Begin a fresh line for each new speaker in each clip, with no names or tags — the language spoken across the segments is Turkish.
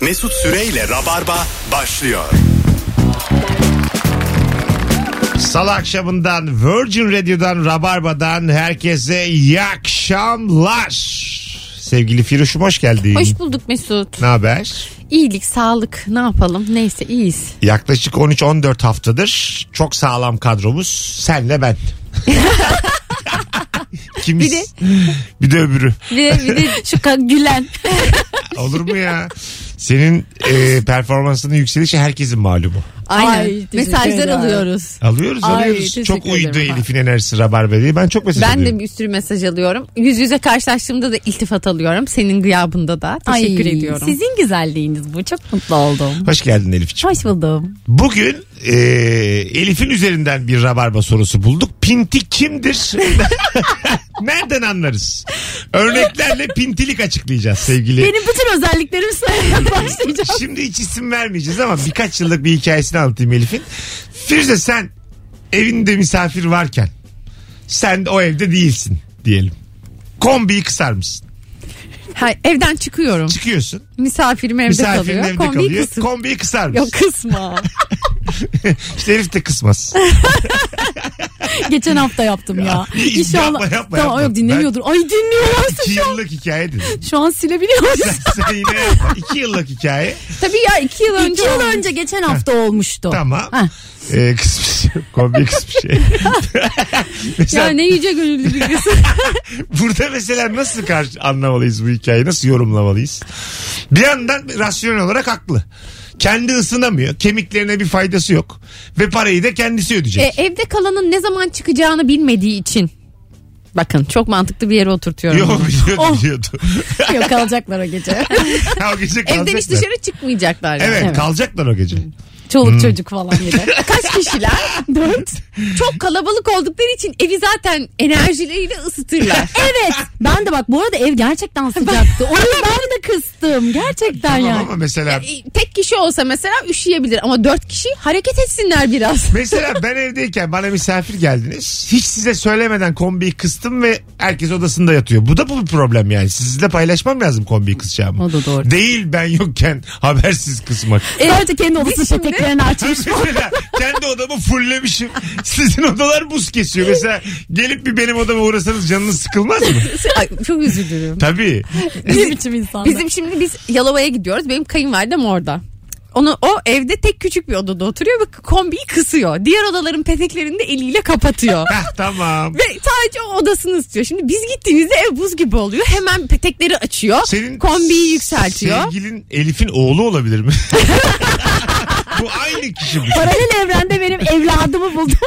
Mesut Süreyle Rabarba başlıyor.
Salı akşamından Virgin Radio'dan Rabarba'dan herkese iyi akşamlar. Sevgili Firuş'um hoş geldin.
Hoş bulduk Mesut.
Ne haber?
İyilik, sağlık ne yapalım neyse iyiyiz.
Yaklaşık 13-14 haftadır çok sağlam kadromuz senle ben. Kimiz?
Bir de-
bir de öbürü.
Ve bir de şu ka- gülen.
Olur mu ya? Senin e, performansının yükselişi herkesin malumu.
Aynen.
teşekkür
Mesajlar
ederim.
alıyoruz.
Alıyoruz
Ay,
alıyoruz.
teşekkür
Çok uydu
ederim.
Elif'in enerjisi Rabarba diye. Ben çok mesaj
Ben
alıyorum.
de bir sürü mesaj alıyorum. Yüz yüze karşılaştığımda da iltifat alıyorum. Senin gıyabında da. Teşekkür
Ay,
ediyorum.
Sizin güzelliğiniz bu. Çok mutlu oldum.
Hoş geldin Elif'ciğim.
Hoş buldum.
Bugün e, Elif'in üzerinden bir rabarba sorusu bulduk. Pinti kimdir? Nereden anlarız? Örneklerle pintilik açıklayacağız sevgili.
Benim bütün özelliklerim sayesinde başlayacağım.
Şimdi hiç isim vermeyeceğiz ama birkaç yıllık bir hikayesini anlatayım Elif'in. Firuze sen evinde misafir varken sen o evde değilsin diyelim. Kombiyi kısar mısın?
Ha, evden çıkıyorum.
Çıkıyorsun.
Misafirim evde
Misafirin
kalıyor.
evde
Kombiyi
kalıyor.
kısın.
Kombiyi kısar mısın?
Yok kısma.
İşte Elif de kısmaz.
Geçen hafta yaptım ya.
yapma, yapma,
Tamam
yapma.
yok dinlemiyordur. Ay dinliyorlarsa
İki yıllık hikayedir.
şu an silebiliyoruz.
Sen yine yapma. İki yıllık hikaye.
Tabii ya iki yıl önce.
İki yıl
oldu.
önce geçen hafta olmuştu.
Tamam.
Heh.
Ee, kısmış. Kombi kısmış. mesela,
Ya ne yüce gönüllü bir kız.
Burada mesela nasıl karşı anlamalıyız bu hikayeyi? Nasıl yorumlamalıyız? Bir yandan rasyonel olarak haklı. Kendi ısınamıyor. Kemiklerine bir faydası yok. Ve parayı da kendisi ödeyecek.
E, evde kalanın ne zaman çıkacağını bilmediği için. Bakın çok mantıklı bir yere oturtuyorum.
Yok şey
bunu.
biliyordu
Oh.
biliyordu.
Yok kalacaklar o gece.
Ha, o gece
Evden şey- hiç
kalacaklar.
dışarı çıkmayacaklar. yani.
Evet, kalacaklar o gece.
Çoluk
Hmm.
çocuk falan bir de.
Kaç kişiler? Dört. Çok kalabalık oldukları için evi zaten enerjileriyle ısıtırlar.
Evet. Ben de bak bu arada ev gerçekten sıcaktı. O yüzden ben de kıstım. Gerçekten
Tamam
yani.
ama mesela
E, Tek kişi olsa mesela üşüyebilir ama dört kişi hareket etsinler biraz.
Mesela ben evdeyken bana misafir geldiniz. Hiç size söylemeden kombiyi kıstım ve herkes odasında yatıyor. Bu da bu bir problem yani. Sizle paylaşmam lazım kombiyi kısacağımı.
O da doğru.
Değil ben yokken habersiz kısmak.
E,
Sadece kendi odası peteklerini açmış.
Mesela kendi odamı fulllemişim. Sizin odalar buz kesiyor. Mesela gelip bir benim odama uğrasanız canınız sıkılmaz mı?
Ay, çok üzülürüm.
Tabii.
Ne biçim insanlar.
Bizim şimdi biz Yalova'ya gidiyoruz. Benim kayınvalidem orada. Onu o evde tek küçük bir odada oturuyor ve kombiyi kısıyor. Diğer odaların peteklerini de eliyle kapatıyor.
Hah tamam.
Ve sadece o odasını istiyor. Şimdi biz gittiğimizde ev buz gibi oluyor. Hemen petekleri açıyor. kombiyi yükseltiyor.
Sevgilin Elif'in oğlu olabilir mi? Bu aynı kişi mi?
Paralel evrende benim evladımı buldum.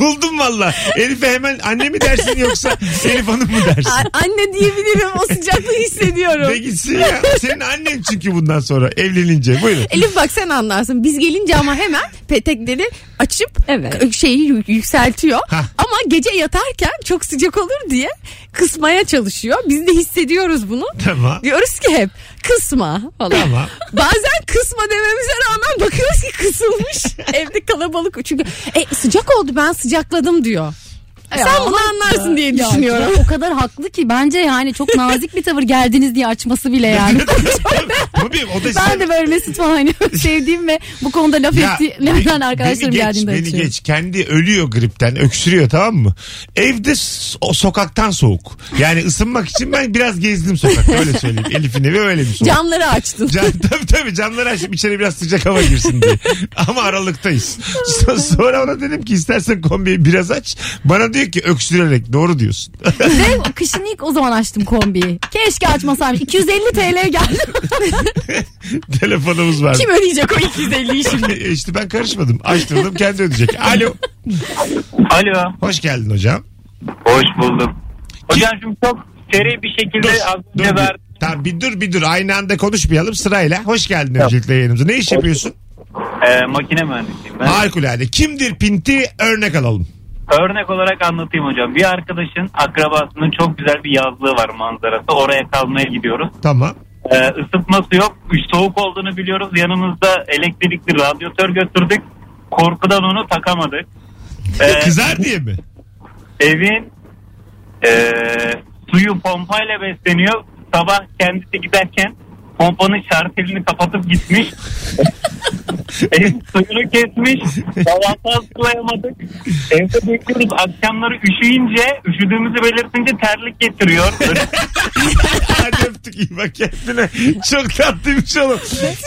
Buldum valla. Elif'e hemen anne mi dersin yoksa Elif Hanım mı dersin?
A- Anne diyebilirim o sıcaklığı hissediyorum.
Ne gitsin ya. Senin annen çünkü bundan sonra evlenince. Buyurun.
Elif bak sen anlarsın. Biz gelince ama hemen petekleri açıp
Evet.
k- şeyi yü- yükseltiyor.
Hah.
Ama gece yatarken çok sıcak olur diye kısmaya çalışıyor. Biz de hissediyoruz bunu.
Tamam.
Diyoruz ki hep kısma falan.
Tamam.
Bazen kısma dememize rağmen bakıyoruz ki kısılmış. Evde kalabalık çünkü e, sıcak oldu ben sıcakladım diyor. Sen bunu anlarsın diye
Ya,
düşünüyorum.
O kadar haklı ki bence yani çok nazik bir tavır geldiniz diye açması bile yani.
Tabii o da
ben de böyle Mesut falan hani sevdiğim ve bu konuda laf
Ya,
ettiğimden
beni-
arkadaşlarım
beni geç,
geldiğinde
Beni
açıyorum.
geç. Kendi ölüyor gripten. Öksürüyor tamam mı? Evde s- o sokaktan soğuk. Yani ısınmak için ben biraz gezdim sokakta. Öyle söyleyeyim. Elif'in evi öyle bir soğuk.
Camları açtın.
Can, tabii tabii camları açtım içeri biraz sıcak hava girsin diye. Ama aralıktayız. So- Sonra ona dedim ki istersen kombiyi biraz aç. Bana diyor ki öksürerek doğru diyorsun.
Ve kışın ilk o zaman açtım kombiyi. Keşke açmasaymış. 250 TL geldi.
Telefonumuz var. E,
Kim ödeyecek o 250'yi şimdi?
işte ben karışmadım. Açtırdım kendi ödeyecek. Alo.
Alo.
Hoş geldin hocam.
Hoş bulduk. Hocam şimdi çok seri bir
Dur.
şekilde az
dur,
önce
bir,
verdim.
tamam, bir dur bir dur. Aynı anda konuşmayalım sırayla. Hoş geldin öncelikle yayınımıza. Ne iş yapıyorsun?
Ee, makine mühendisiyim ben.
Harikulade. Kimdir Pinti? Örnek alalım.
Örnek olarak anlatayım hocam. Bir arkadaşın akrabasının çok güzel bir yazlığı var manzarası. Oraya kalmaya gidiyoruz.
Tamam.
Ee, ısıtması yok. Soğuk olduğunu biliyoruz. Yanımızda elektrikli radyatör götürdük. Korkudan onu takamadık. Ee,
Kızar diye mi?
evin e, ee, suyu pompayla besleniyor. Sabah kendisi giderken pompanın şartelini kapatıp gitmiş. Ev suyunu kesmiş. Kahvaltı hazırlayamadık. Evde bekliyoruz. Akşamları üşüyünce, üşüdüğümüzü belirtince terlik getiriyor.
Hadi öptük iyi bak kendine. Çok tatlıymış oğlum.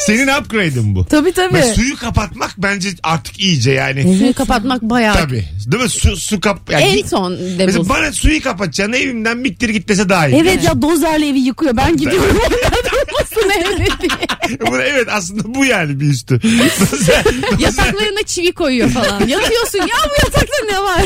Senin upgrade'in bu.
Tabii tabii.
Ve suyu kapatmak bence artık iyice yani.
Suyu kapatmak bayağı.
Tabii. Değil mi? Su, su kap... yani
En
git-
son
Mesela
deposu.
bana suyu kapatacağını evimden bittir git dese daha iyi.
Evet ya dozerle evi yıkıyor. Ben gidiyorum. Durmasın evde diye.
Bu- evet aslında bu yani bir üstü. Dozer- dozer
Yataklarına çivi koyuyor falan. Yatıyorsun ya bu yatakta ne var?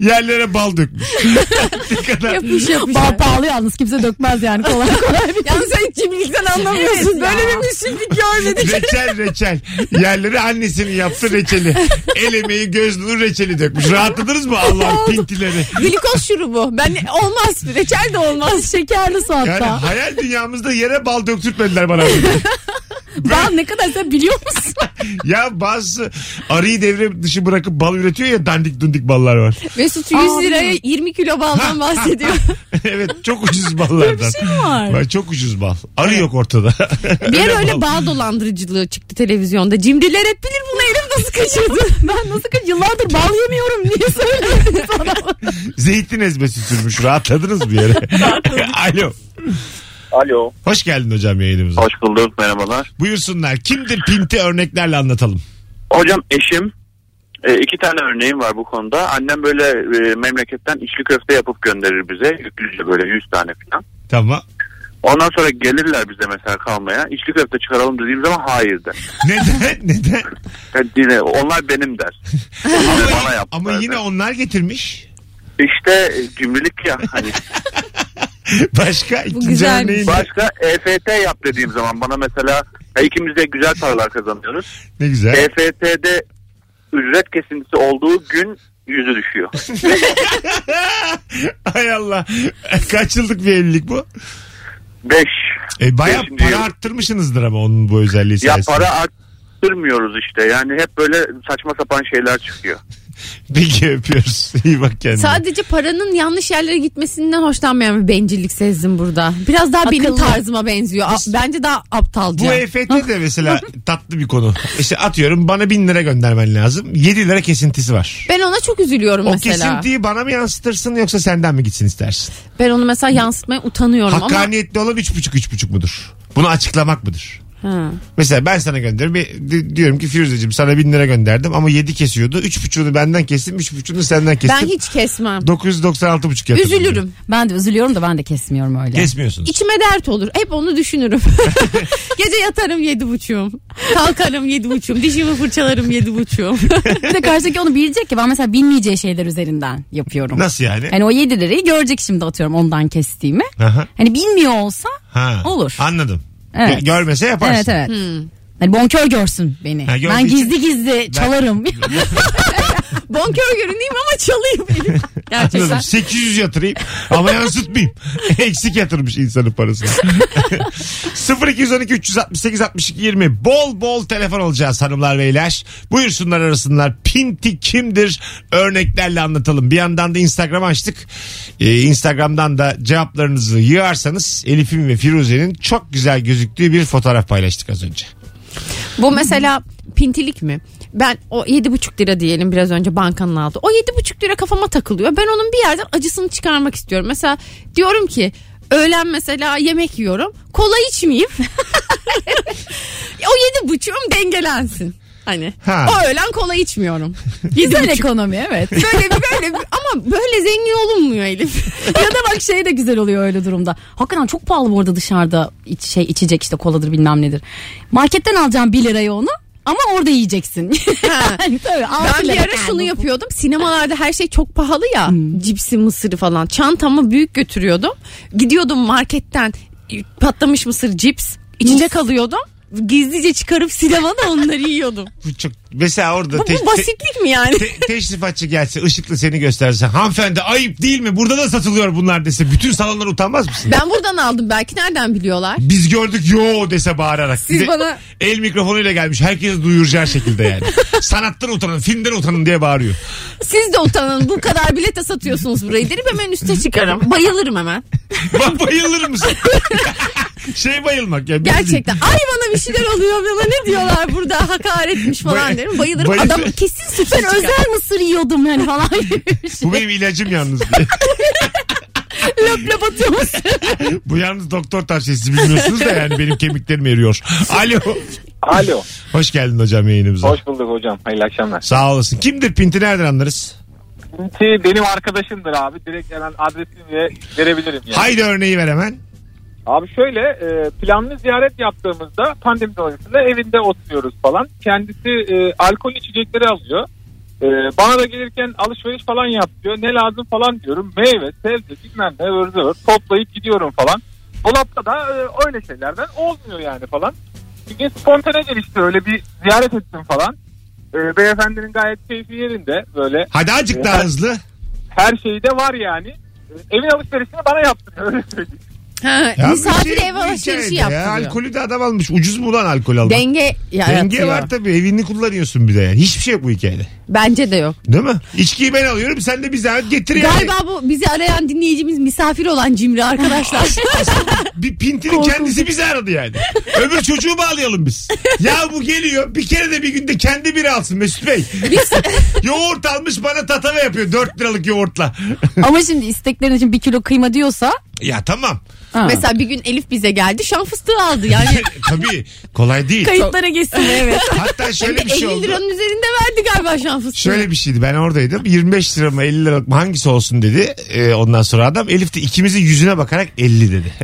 yerlere bal dökmüş. ne kadar...
Yapış yapış. Bağ pahalı yalnız kimse dökmez yani kolay kolay. Bir
Yani sen cimrilikten anlamıyorsun.
Evet ya.
Böyle bir müşriklik görmedik.
Reçel reçel. Yerlere annesinin yaptığı reçeli. El emeği göz nuru reçeli dökmüş. Rahatladınız mı Allah'ın pintileri?
Glikoz şurubu. Ben olmaz. Reçel de olmaz.
şekerli su
Yani
hatta.
hayal dünyamızda yere bal döktürtmediler bana.
Bağ ne kadar sen biliyor musun?
ya bazı arıyı devre dışı bırakıp bal üretiyor ya dandik dundik ballar var.
Mesut 100
Aa,
liraya 20 kilo baldan bahsediyor.
evet çok ucuz ballardan.
bir şey mi var?
Bak, çok ucuz bal. Arı yok ortada.
Bir ara öyle
bal.
bağ dolandırıcılığı çıktı televizyonda. Cimriler hep bilir bunu Elif nasıl kaçırdı. ben nasıl kaçırdım? Yıllardır bal yemiyorum. Niye söyledin sana?
Zeytin ezmesi sürmüş. Rahatladınız mı yere? Alo.
Alo.
Hoş geldin hocam yayınımıza.
Hoş bulduk. Merhabalar.
Buyursunlar. Kimdir pinti örneklerle anlatalım.
Hocam eşim e, iki tane örneğim var bu konuda. Annem böyle e, memleketten içli köfte yapıp gönderir bize. Yüklüce böyle 100 tane falan.
Tamam.
Ondan sonra gelirler bize mesela kalmaya. İçli köfte çıkaralım dediğim zaman hayır der.
Neden? Neden?
Yani yine onlar benim der. Onlar bana yaptı
Ama
der.
yine onlar getirmiş.
İşte e, cimrilik ya hani.
Başka ikinci
güzelmiş.
örneğin de-
Başka EFT yap dediğim zaman bana mesela ya ikimiz de güzel paralar kazanıyoruz.
Ne güzel.
EFT'de ücret kesintisi olduğu gün yüzü düşüyor.
Hay Allah. Kaç yıllık bir evlilik bu?
5.
E, Baya
Beşinci
para
yıl.
arttırmışsınızdır ama onun bu özelliği
Ya
sayesinde.
para arttırmıyoruz işte. Yani hep böyle saçma sapan şeyler çıkıyor.
Peki öpüyoruz. İyi bak kendine.
Sadece paranın yanlış yerlere gitmesinden hoşlanmayan bir bencillik sezdim burada. Biraz daha benim
Akıllı.
tarzıma benziyor. A- Bence daha aptalca.
bu EFT de mesela tatlı bir konu. İşte atıyorum bana bin lira göndermen lazım. 7 lira kesintisi var.
Ben ona çok üzülüyorum
O
mesela.
kesintiyi bana mı yansıtırsın yoksa senden mi gitsin istersin?
Ben onu mesela yansıtmaya utanıyorum ama.
Hakkaniyetli olan 3,5 3,5 mudur? Bunu açıklamak mıdır?
Ha.
Mesela ben sana gönderirim. Bir- di- Diyorum ki Firuzeciğim sana 1000 lira gönderdim ama 7 kesiyordu. 3,5'unu benden kestim 3,5'unu senden
Ben
kestim.
hiç kesmem.
996,5 yatırdım.
Üzülürüm.
Ben de üzülüyorum da ben de kesmiyorum öyle.
Kesmiyorsun.
İçime dert olur. Hep onu düşünürüm. Gece yatarım yedi buçuğum. Kalkarım yedi buçuğum. Dişimi fırçalarım yedi buçuğum.
Bir de karşıdaki onu bilecek ki ben mesela bilmeyeceği şeyler üzerinden yapıyorum.
Nasıl yani?
Hani o 7 lirayı görecek şimdi atıyorum ondan kestiğimi.
Aha,
Hani bilmiyor olsa
ha.
Olur.
Anladım.
Evet.
Gö- Görmese yaparsın.
evet evet.
Hmm.
Hani bonkör görsün beni.
Ha, gör-
ben gizli gizli çalarım.
Bonkör görüneyim ama çalayım.
Anladım. 800 yatırayım ama yansıtmayayım. Eksik yatırmış insanın parasını. 0212 368 62 20 bol bol telefon alacağız hanımlar beyler. Buyursunlar arasınlar. Pinti kimdir? Örneklerle anlatalım. Bir yandan da Instagram açtık. Ee, Instagram'dan da cevaplarınızı yığarsanız Elif'in ve Firuze'nin çok güzel gözüktüğü bir fotoğraf paylaştık az önce.
Bu mesela pintilik mi? Ben o yedi buçuk lira diyelim biraz önce bankanın aldı. O yedi buçuk lira kafama takılıyor. Ben onun bir yerden acısını çıkarmak istiyorum. Mesela diyorum ki öğlen mesela yemek yiyorum. Kola içmeyeyim. o yedi buçuğum dengelensin. Hani
Ha.
o öğlen kola içmiyorum.
Güzel ekonomi evet.
Böyle bir böyle bir, ama böyle zengin olunmuyor Elif.
ya da bak şey de güzel oluyor öyle durumda. Hakikaten çok pahalı bu arada dışarıda iç, şey içecek işte koladır bilmem nedir. Marketten alacağım 1 lirayı onu ama orada yiyeceksin. yani tabii, altı
Ben bir
lira
ara şunu
yani.
yapıyordum. Sinemalarda her şey çok pahalı ya.
Hmm.
Cipsi, mısırı falan. Çantamı büyük götürüyordum. Gidiyordum marketten e, patlamış mısır, cips. içecek alıyordum. Gizlice çıkarıp sinemada onları yiyordum.
Bu çok mesela orada
Bu,
te-
bu basitlik mi yani?
te- teşrifatçı gelse ışıklı seni gösterse hanımefendi ayıp değil mi burada da satılıyor bunlar dese bütün salonlar utanmaz mısın?
Ben buradan aldım. Belki nereden biliyorlar?
Biz gördük yo dese bağırarak.
Siz
Bir de
bana-
El mikrofonuyla gelmiş herkes duyuracağı şekilde yani. Sanattan utanın filmden utanın diye bağırıyor.
Siz de utanın. Bu kadar bilete satıyorsunuz burayı derim hemen üste çıkarım. Bayılırım hemen.
Bak bayılır mısın? şey bayılmak ya. bildiğin.
Gerçekten. Ay bana bir şeyler oluyor bana ne diyorlar burada hakaretmiş
Bay-
falan derim. Bayılırım.
bayıl-
Adam kesin suçlu
Ben
çıkar.
özel mısır yiyordum yani falan.
Bu benim ilacım yalnız diye.
löp löp atıyor mısır.
Bu yalnız doktor tavsiyesi bilmiyorsunuz da yani benim kemiklerim eriyor. Alo.
Alo.
Hoş geldin hocam yayınımıza.
Hoş bulduk hocam. Hayırlı akşamlar.
Sağ olasın. Kimdir Pinti nereden anlarız?
Pinti benim arkadaşımdır abi. Direkt gelen adresini bile verebilirim. Yani.
Haydi örneği ver hemen.
Abi şöyle e, planlı ziyaret yaptığımızda pandemi dolayısıyla evinde oturuyoruz falan. Kendisi e, alkol içecekleri alıyor. E, bana da gelirken alışveriş falan yapıyor. Ne lazım falan diyorum. Meyve, sebze bilmem ne ıvır zıvır toplayıp gidiyorum falan. Dolapta da e, öyle şeylerden olmuyor yani falan. Bir gün spontane gelişti öyle bir ziyaret ettim falan. E, beyefendinin gayet keyfi yerinde böyle
Hadi azıcık daha hızlı.
her şeyi de var yani. E, evin alışverişini bana yaptırıyor öyle söyleyeyim.
Ha,
Ya
misafir
bir şey-
ev
bir
alışverişi
hikayede ya.
yaptırıyor.
Alkolü de adam almış. Ucuz mu lan alkol almak?
Denge
Denge
yaratıyor.
var tabii. Evini kullanıyorsun bir de yani. Hiçbir şey yok bu hikayede.
Bence de yok.
Değil mi? İçkiyi ben alıyorum. Sen de bir zahmet getir yani.
Galiba bu bizi arayan dinleyicimiz misafir olan cimri arkadaşlar.
Bir pintinin kendisi bizi aradı yani. Öbür çocuğu bağlayalım biz. Ya bu geliyor bir kere de bir günde kendi biri alsın Mesut Bey. yoğurt almış bana tatava yapıyor 4 liralık yoğurtla.
Ama şimdi isteklerin için bir kilo kıyma diyorsa.
ya tamam.
Ha.
Mesela bir gün Elif bize geldi şan fıstığı aldı yani.
Tabii kolay değil.
kayıtlara geçsin evet.
Hatta şöyle bir şey
50
oldu.
liranın üzerinde verdi galiba şan fıstığı.
Şöyle bir şeydi ben oradaydım 25 lira mı 50 lira mı hangisi olsun dedi Ee, ondan sonra adam Elif de ikimizin yüzüne bakarak 50 dedi.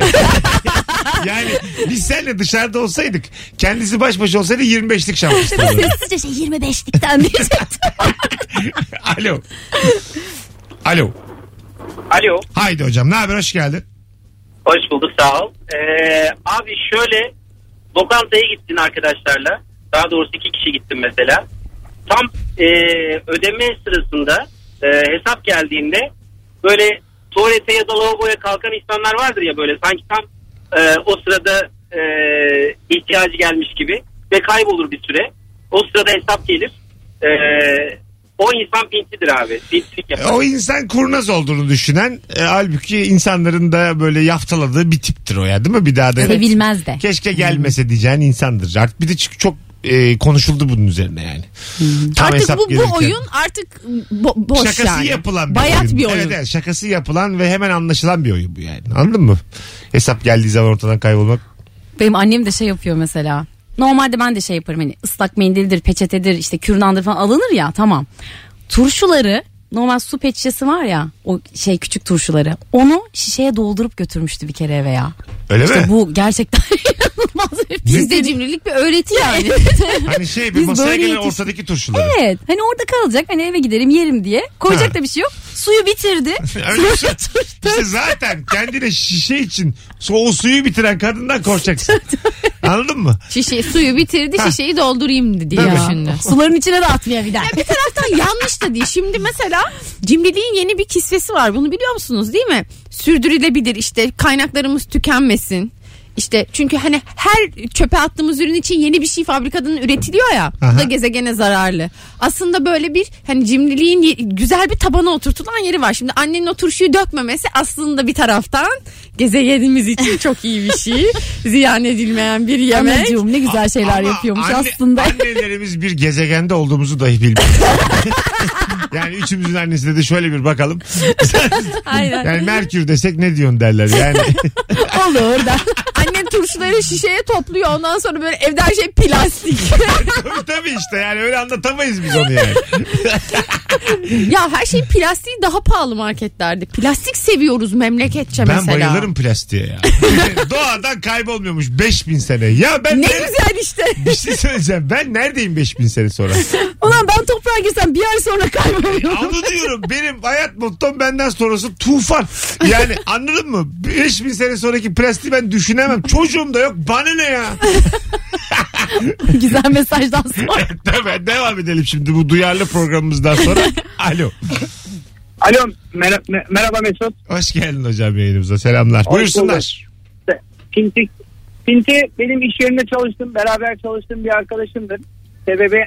yani biz seninle dışarıda olsaydık kendisi baş başa olsaydı 25'lik şampiyonluk.
Sessizce şey 25'likten diyecektim.
Alo. Alo.
Alo.
Haydi hocam ne haber hoş geldin.
Hoş bulduk sağ ol. Ee, abi şöyle lokantaya gittin arkadaşlarla. Daha doğrusu iki kişi gittin mesela. Tam e, ödeme sırasında e, hesap geldiğinde böyle tuvalete ya da lavaboya kalkan insanlar vardır ya böyle sanki tam e, o sırada e, ihtiyacı gelmiş gibi ve kaybolur bir süre. O sırada hesap gelir. E, o insan pintidir abi. Pintilik yapar.
E, O insan kurnaz olduğunu düşünen e, halbuki insanların da böyle yaftaladığı bir tiptir o ya değil mi? Bir daha da
Sevilmez de.
keşke gelmese diyeceğin insandır. Artık bir de çünkü çok e, konuşuldu bunun üzerine yani. Tam
Hmm. Artık
hesap
bu,
gelirken.
bu oyun artık bo- boş
Şakası
yani.
yapılan bir
Bayat
oyun.
bir oyun.
Evet, evet, şakası yapılan ve hemen anlaşılan bir oyun bu yani. Anladın mı? Hesap geldiği zaman ortadan kaybolmak.
Benim annem de şey yapıyor mesela. Normalde ben de şey yaparım hani ıslak mendildir, peçetedir, işte kürdandır falan alınır ya tamam. Turşuları normal su peçesi var ya o şey küçük turşuları onu şişeye doldurup götürmüştü bir kere eve ya.
Öyle mi?
İşte bu gerçekten inanılmaz bir pis.
Bizde cimrilik bir öğreti yani.
Hani şey bir
Biz
masaya
böyle
gelen
yetiş-
ortadaki turşuları.
Evet hani orada kalacak hani eve giderim yerim diye koyacak
Ha.
da bir şey yok suyu bitirdi.
Öyle bir şey. İşte zaten kendine şişe için so- o suyu bitiren kadından korkacaksın. Anladın mı?
Şişe, suyu bitirdi şişeyi doldurayım diye
Tabii.
düşündü.
Suların içine de atmıyor bir daha.
bir taraftan yanlış da değil. Şimdi mesela cimriliğin yeni bir kisvesi var. Bunu biliyor musunuz değil mi? Sürdürülebilir işte kaynaklarımız tükenmesin. İşte çünkü hani her çöpe attığımız ürün için yeni bir şey fabrikadan üretiliyor ya.
Aha.
Bu da gezegene zararlı. Aslında böyle bir hani cimriliğin ye- güzel bir tabana oturtulan yeri var. Şimdi annenin o turşuyu dökmemesi aslında bir taraftan gezegenimiz için çok iyi bir şey. Ziyan edilmeyen bir yemek.
Anacığım ne güzel şeyler
Ama
yapıyormuş
anne-
aslında.
Annelerimiz bir gezegende olduğumuzu dahi bilmiyor. yani üçümüzün annesine de şöyle bir bakalım.
Aynen.
Yani Merkür desek ne diyorsun derler. Yani
Olur da. Annem turşuları şişeye topluyor. Ondan sonra böyle evde her şey plastik.
tabii, tabii işte yani öyle anlatamayız biz onu yani.
ya her şey plastiği daha pahalı marketlerde. Plastik seviyoruz memleketçe
Ben
mesela.
bayılırım plastiğe ya. Doğadan kaybolmuyormuş 5000 sene. Ya ben
Ne
nere-
güzel işte.
bir şey söyleyeceğim. Ben neredeyim 5000 sene sonra?
Ulan ben toprağa girsem bir ay sonra kayboluyorum.
Onu diyorum benim hayat mottom benden sonrası tufan. Yani anladın mı? 5000 sene sonraki plastiği ben düşünemem. Çocuğum da yok bana ne ya?
güzel mesajdan sonra.
Tabii devam edelim şimdi bu duyarlı programımızdan sonra. Alo.
Alo merhaba Mesut.
Hoş geldin hocam yayınımıza. Selamlar. Buyursunlar.
İşte Pinti, Pinti benim iş yerinde çalıştığım, beraber çalıştığım bir arkadaşımdır. Sebebi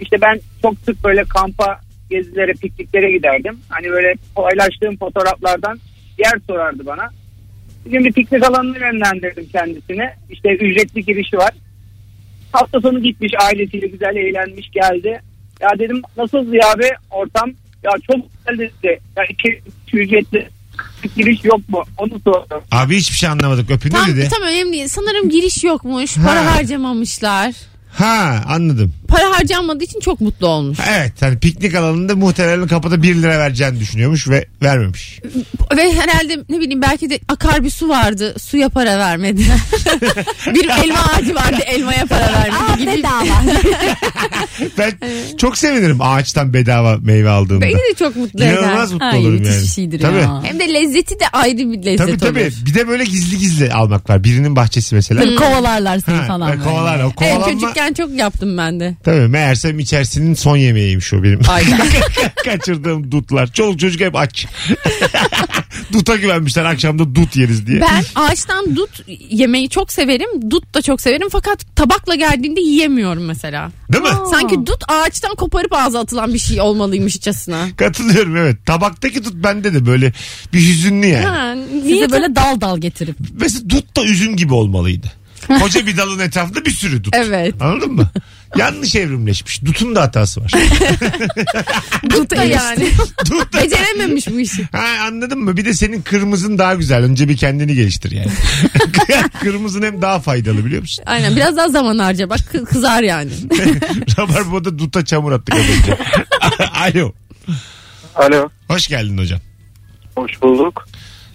işte ben çok sık böyle kampa, gezilere, pikniklere giderdim. Hani böyle paylaştığım fotoğraflardan yer sorardı bana.
Bir gün bir piknik alanını yönlendirdim kendisine. İşte ücretli girişi var. Hafta sonu gitmiş ailesiyle güzel eğlenmiş geldi. Ya dedim nasıl ya be ortam? Ya çok güzel dedi. Ya iki ücretli giriş yok mu? Onu sordum.
Abi hiçbir şey anlamadık. Öpün
Tam,
dedi.
tam önemli değil. Sanırım giriş yokmuş.
Ha.
Para harcamamışlar.
Ha anladım.
Para harcanmadığı için çok mutlu olmuş.
Evet hani piknik alanında muhtemelen kapıda 1 lira vereceğini düşünüyormuş ve vermemiş.
Ve herhalde ne bileyim belki de akar bir su vardı. Suya para vermedi. bir elma ağacı vardı. Elmaya para vermedi gibi.
Ben çok sevinirim ağaçtan bedava meyve aldığımda.
Beni de çok mutlu eder.
İnanılmaz mutlu
Ay
olurum
müthiş
yani.
bir şeydir
tabii.
ya.
Hem de lezzeti de ayrı bir lezzet
Tabii tabii.
olur.
Bir de böyle gizli gizli almak var. Birinin bahçesi mesela.
Tabii kovalarlar seni
Ha,
falan. böyle.
kovalar. O
Evet,
kovalanma.
çocukken çok yaptım ben de.
Tabii meğersem içerisinin son yemeğiymiş o benim.
Aynen.
Kaçırdığım dutlar. Çoluk çocuk hep aç. Duta güvenmişler akşamda dut yeriz diye.
Ben ağaçtan dut yemeyi çok severim. Dut da çok severim fakat tabakla geldiğinde yiyemiyorum mesela.
Değil mi?
Sanki dut ağaçtan koparıp ağza atılan bir şey olmalıymışçasına.
Katılıyorum evet. Tabaktaki dut bende de böyle bir hüzünlü yani.
Ha, niye
Size böyle dal dal getirip.
Mesela dut da üzüm gibi olmalıydı. Koca bir dalın etrafında bir sürü dut.
Evet.
Anladın mı? Yanlış evrimleşmiş. Dutun da hatası var.
dut da yani.
dut da...
Becerememiş bu işi.
Ha, anladın mı? Bir de senin kırmızın daha güzel. Önce bir kendini geliştir yani. Kırmızın hem daha faydalı biliyor musun?
Aynen biraz daha zaman harca bak kı- kızar yani.
Rabarba'da duta çamur attık az önce. Alo.
Alo.
Hoş geldin hocam.
Hoş bulduk.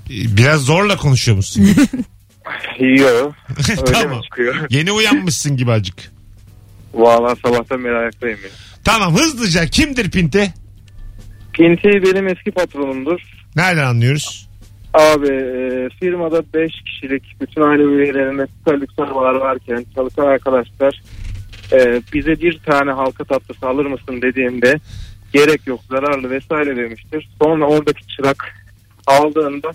Ee, Biraz zorla konuşuyor musun?
Yiyorum.
tamam. Yeni uyanmışsın gibi acık.
Valla sabahtan beri ayaktayım ya.
Tamam hızlıca kimdir Pinte?
Pinti benim eski patronumdur.
Nereden anlıyoruz?
Abi e, firmada 5 kişilik bütün aile üyelerine süper lüks arabalar varken çalışan arkadaşlar e, bize bir tane halka tatlısı alır mısın dediğimde gerek yok zararlı vesaire demiştir. Sonra oradaki çırak aldığında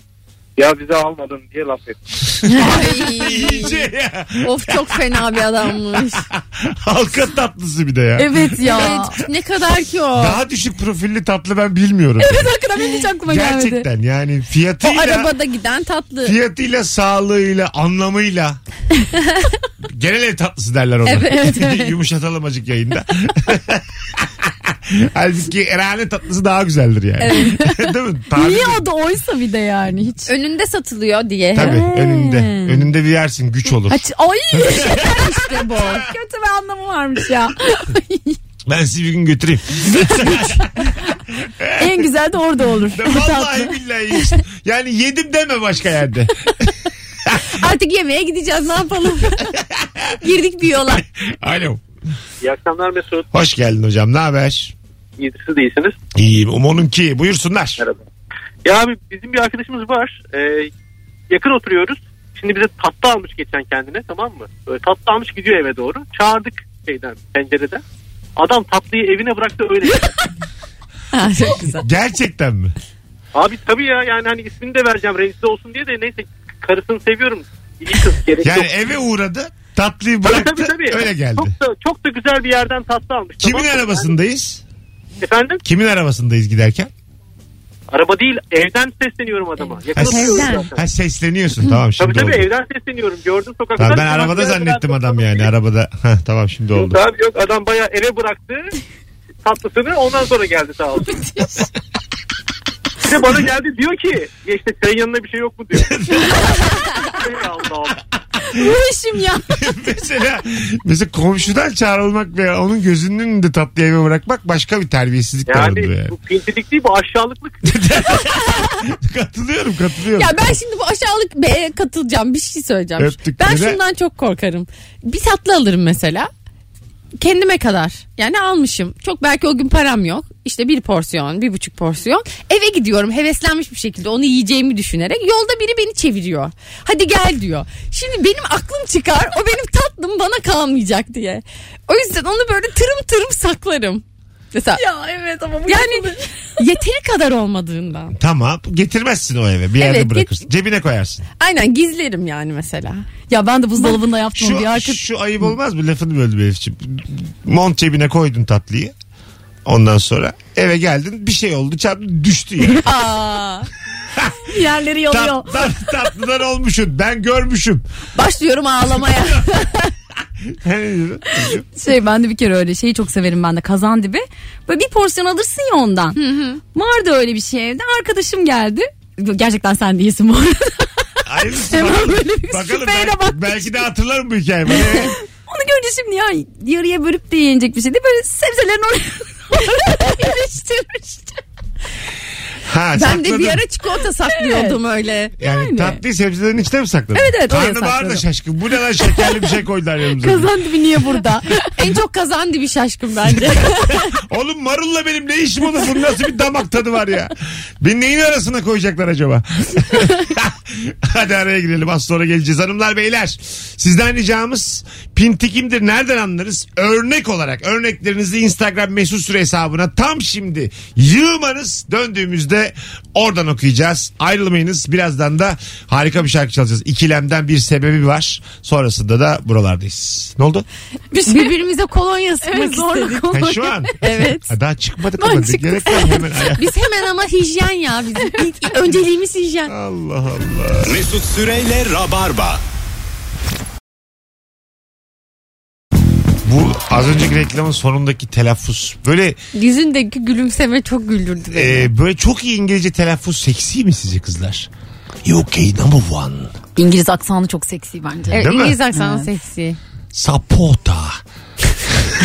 ya bize almadın diye laf etti.
İyice ya.
of çok fena bir adammış.
Halka tatlısı bir de ya.
Evet ya.
Evet ne kadar ki o.
Daha düşük profilli tatlı ben bilmiyorum.
Hakikaten benim hiç aklıma gelmedi.
Gerçekten yani
O
fiyatıyla
arabada giden tatlı.
fiyatıyla sağlığıyla anlamıyla genel ev tatlısı derler ona.
Evet, evet.
Yumuşatalım acık yayında. Halbuki erhane tatlısı daha güzeldir yani. Değil mi? Tabii.
Niye o da oysa bir de yani hiç.
Önünde satılıyor diye.
Tabii önünde. Önünde bir yersin güç olur.
Hmm. Aç, ay
İşte bu.
kötü bir anlamı varmış ya.
Ben sizi bir gün götüreyim.
en güzel de orada olur.
Vallahi billahi. işte. Yani yedim deme başka yerde.
Artık yemeğe gideceğiz ne yapalım. Girdik bir yola.
Alo.
İyi akşamlar Mesut.
Hoş geldin hocam. Ne haber?
Siz de iyisiniz.
İyiyim. Umon'un ki. Buyursunlar.
Ya abi bizim bir arkadaşımız var. Ee, yakın oturuyoruz. Şimdi bize tatlı almış geçen kendine tamam mı? Böyle tatlı almış gidiyor eve doğru. Çağırdık şeyden pencereden. Adam tatlıyı evine bıraktı öyle.
çok güzel.
Gerçekten mi?
abi tabii ya yani hani ismini de vereceğim rencide olsun diye de neyse karısını seviyorum. İyi kız gerek
Yani
yok.
eve uğradı. Tatlıyı
Tabii,
bıraktı.
tabii, tabii.
Öyle geldi.
Çok da, çok da güzel bir yerden tatlı almış.
Kimin
tamam mı?
arabasındayız?
Efendim?
Kimin arabasındayız giderken?
Araba değil evden sesleniyorum adama. Yakın
Ha,
oturuyoruz
s-
zaten.
ha, sesleniyorsun. Tamam şimdi
Tabii tabii
oldu.
evden sesleniyorum. Gördüm sokakta.
Tamam, ben arabada zannettim adam yani arabada. Ha, tamam şimdi
Yok
oldu.
abi yok adam bayağı eve bıraktı tatlısını ondan sonra geldi sağ olsun. bir de bana geldi diyor ki ya işte senin yanında bir şey yok mu diyor. Ey Allah Allah.
Ruhuşum ya.
mesela, mesela komşudan çağrılmak ve onun gözünün önünde tatlı eve bırakmak başka bir terbiyesizlik yani,
Yani
yani.
bu pintilik değil bu aşağılıklık.
katılıyorum katılıyorum.
Ya ben şimdi bu aşağılık B'ye katılacağım. Bir şey söyleyeceğim.
Öptük.
ben
Neden?
şundan çok korkarım. Bir tatlı alırım mesela. Kendime kadar. Yani almışım. Çok belki o gün param yok. İşte bir porsiyon, bir buçuk porsiyon. Eve gidiyorum heveslenmiş bir şekilde onu yiyeceğimi düşünerek. Yolda biri beni çeviriyor. Hadi gel diyor. Şimdi benim aklım çıkar. O benim tatlım bana kalmayacak diye. O yüzden onu böyle tırım tırım saklarım. Mesela
ya evet ama bu
yani yeteri kadar olmadığından.
Tamam getirmezsin o eve bir yerde
Evet,
bırakırsın. Cebine koyarsın.
Aynen gizlerim yani mesela.
Ya ben de buzdolabında yaptım
Şu,
bir arka
şu ayıp olmaz mı lafını böldüm Elif'ciğim. Mont cebine koydun tatlıyı. Ondan sonra eve geldin bir şey oldu çarptı düştü ya.
Aa.
Yerleri yalıyor.
Tat, tat, tatlıdan olmuşsun. Ben görmüşüm.
Başlıyorum ağlamaya.
Hani-
şey ben de bir kere öyle şeyi çok severim ben de kazan dibi. Böyle bir porsiyon alırsın ya ondan. Vardı öyle bir şey evde. Arkadaşım geldi. Gerçekten sen değilsin bu arada.
Ayrılırsın.
Hemen
bakalım.
böyle bir
Bakalım
şüpheyle
ben-
baktım.
belki de hatırlarım bu hikayeyi. Ee,
Onu görünce şimdi ya yarıya bölüp de yenecek bir şey değil. Böyle sebzelerini oraya yerleştirmiş.
ha,
Ben de
sakladın.
bir ara çikolata saklıyordum öyle.
yani,
yani.
tatlıyı sebzelerin içine mi sakladın?
Evet, evet, oraya
Karnabahar da
sakladım.
şaşkın. Bu ne lan şekerli bir şey koydular yanımıza.
Kazan dibi niye burada? en çok kazan dibi şaşkın bence.
Oğlum marulla benim ne işim olur? Bunun nasıl bir damak tadı var ya? Beni neyin arasına koyacaklar acaba? Hadi araya girelim az sonra geleceğiz. Hanımlar beyler sizden ricamız pinti kimdir nereden anlarız? Örnek olarak örneklerinizi Instagram mesut süre hesabına tam şimdi yığmanız döndüğümüzde oradan okuyacağız. Ayrılmayınız birazdan da harika bir şarkı çalacağız. İkilemden bir sebebi var sonrasında da buralardayız. Ne oldu?
Birbirimize kolonya sıkmak istedik.
Ha, şu an.
Evet.
Ha, daha çıkmadık
Daha
ama
çıktık.
gerek var hemen ayağa.
Biz hemen ama hijyen ya bizim. İlk- önceliğimiz hijyen.
Allah Allah.
Mesut Süreyle Rabarba.
Bu az önceki reklamın sonundaki telaffuz. Böyle
Yüzündeki gülümseme çok güldürdü beni.
e, böyle çok iyi İngilizce telaffuz seksi mi sizce kızlar? UK number one.
İngiliz aksanı çok seksi bence.
Evet,
Değil mi?
İngiliz aksanı seksi.
Sapota.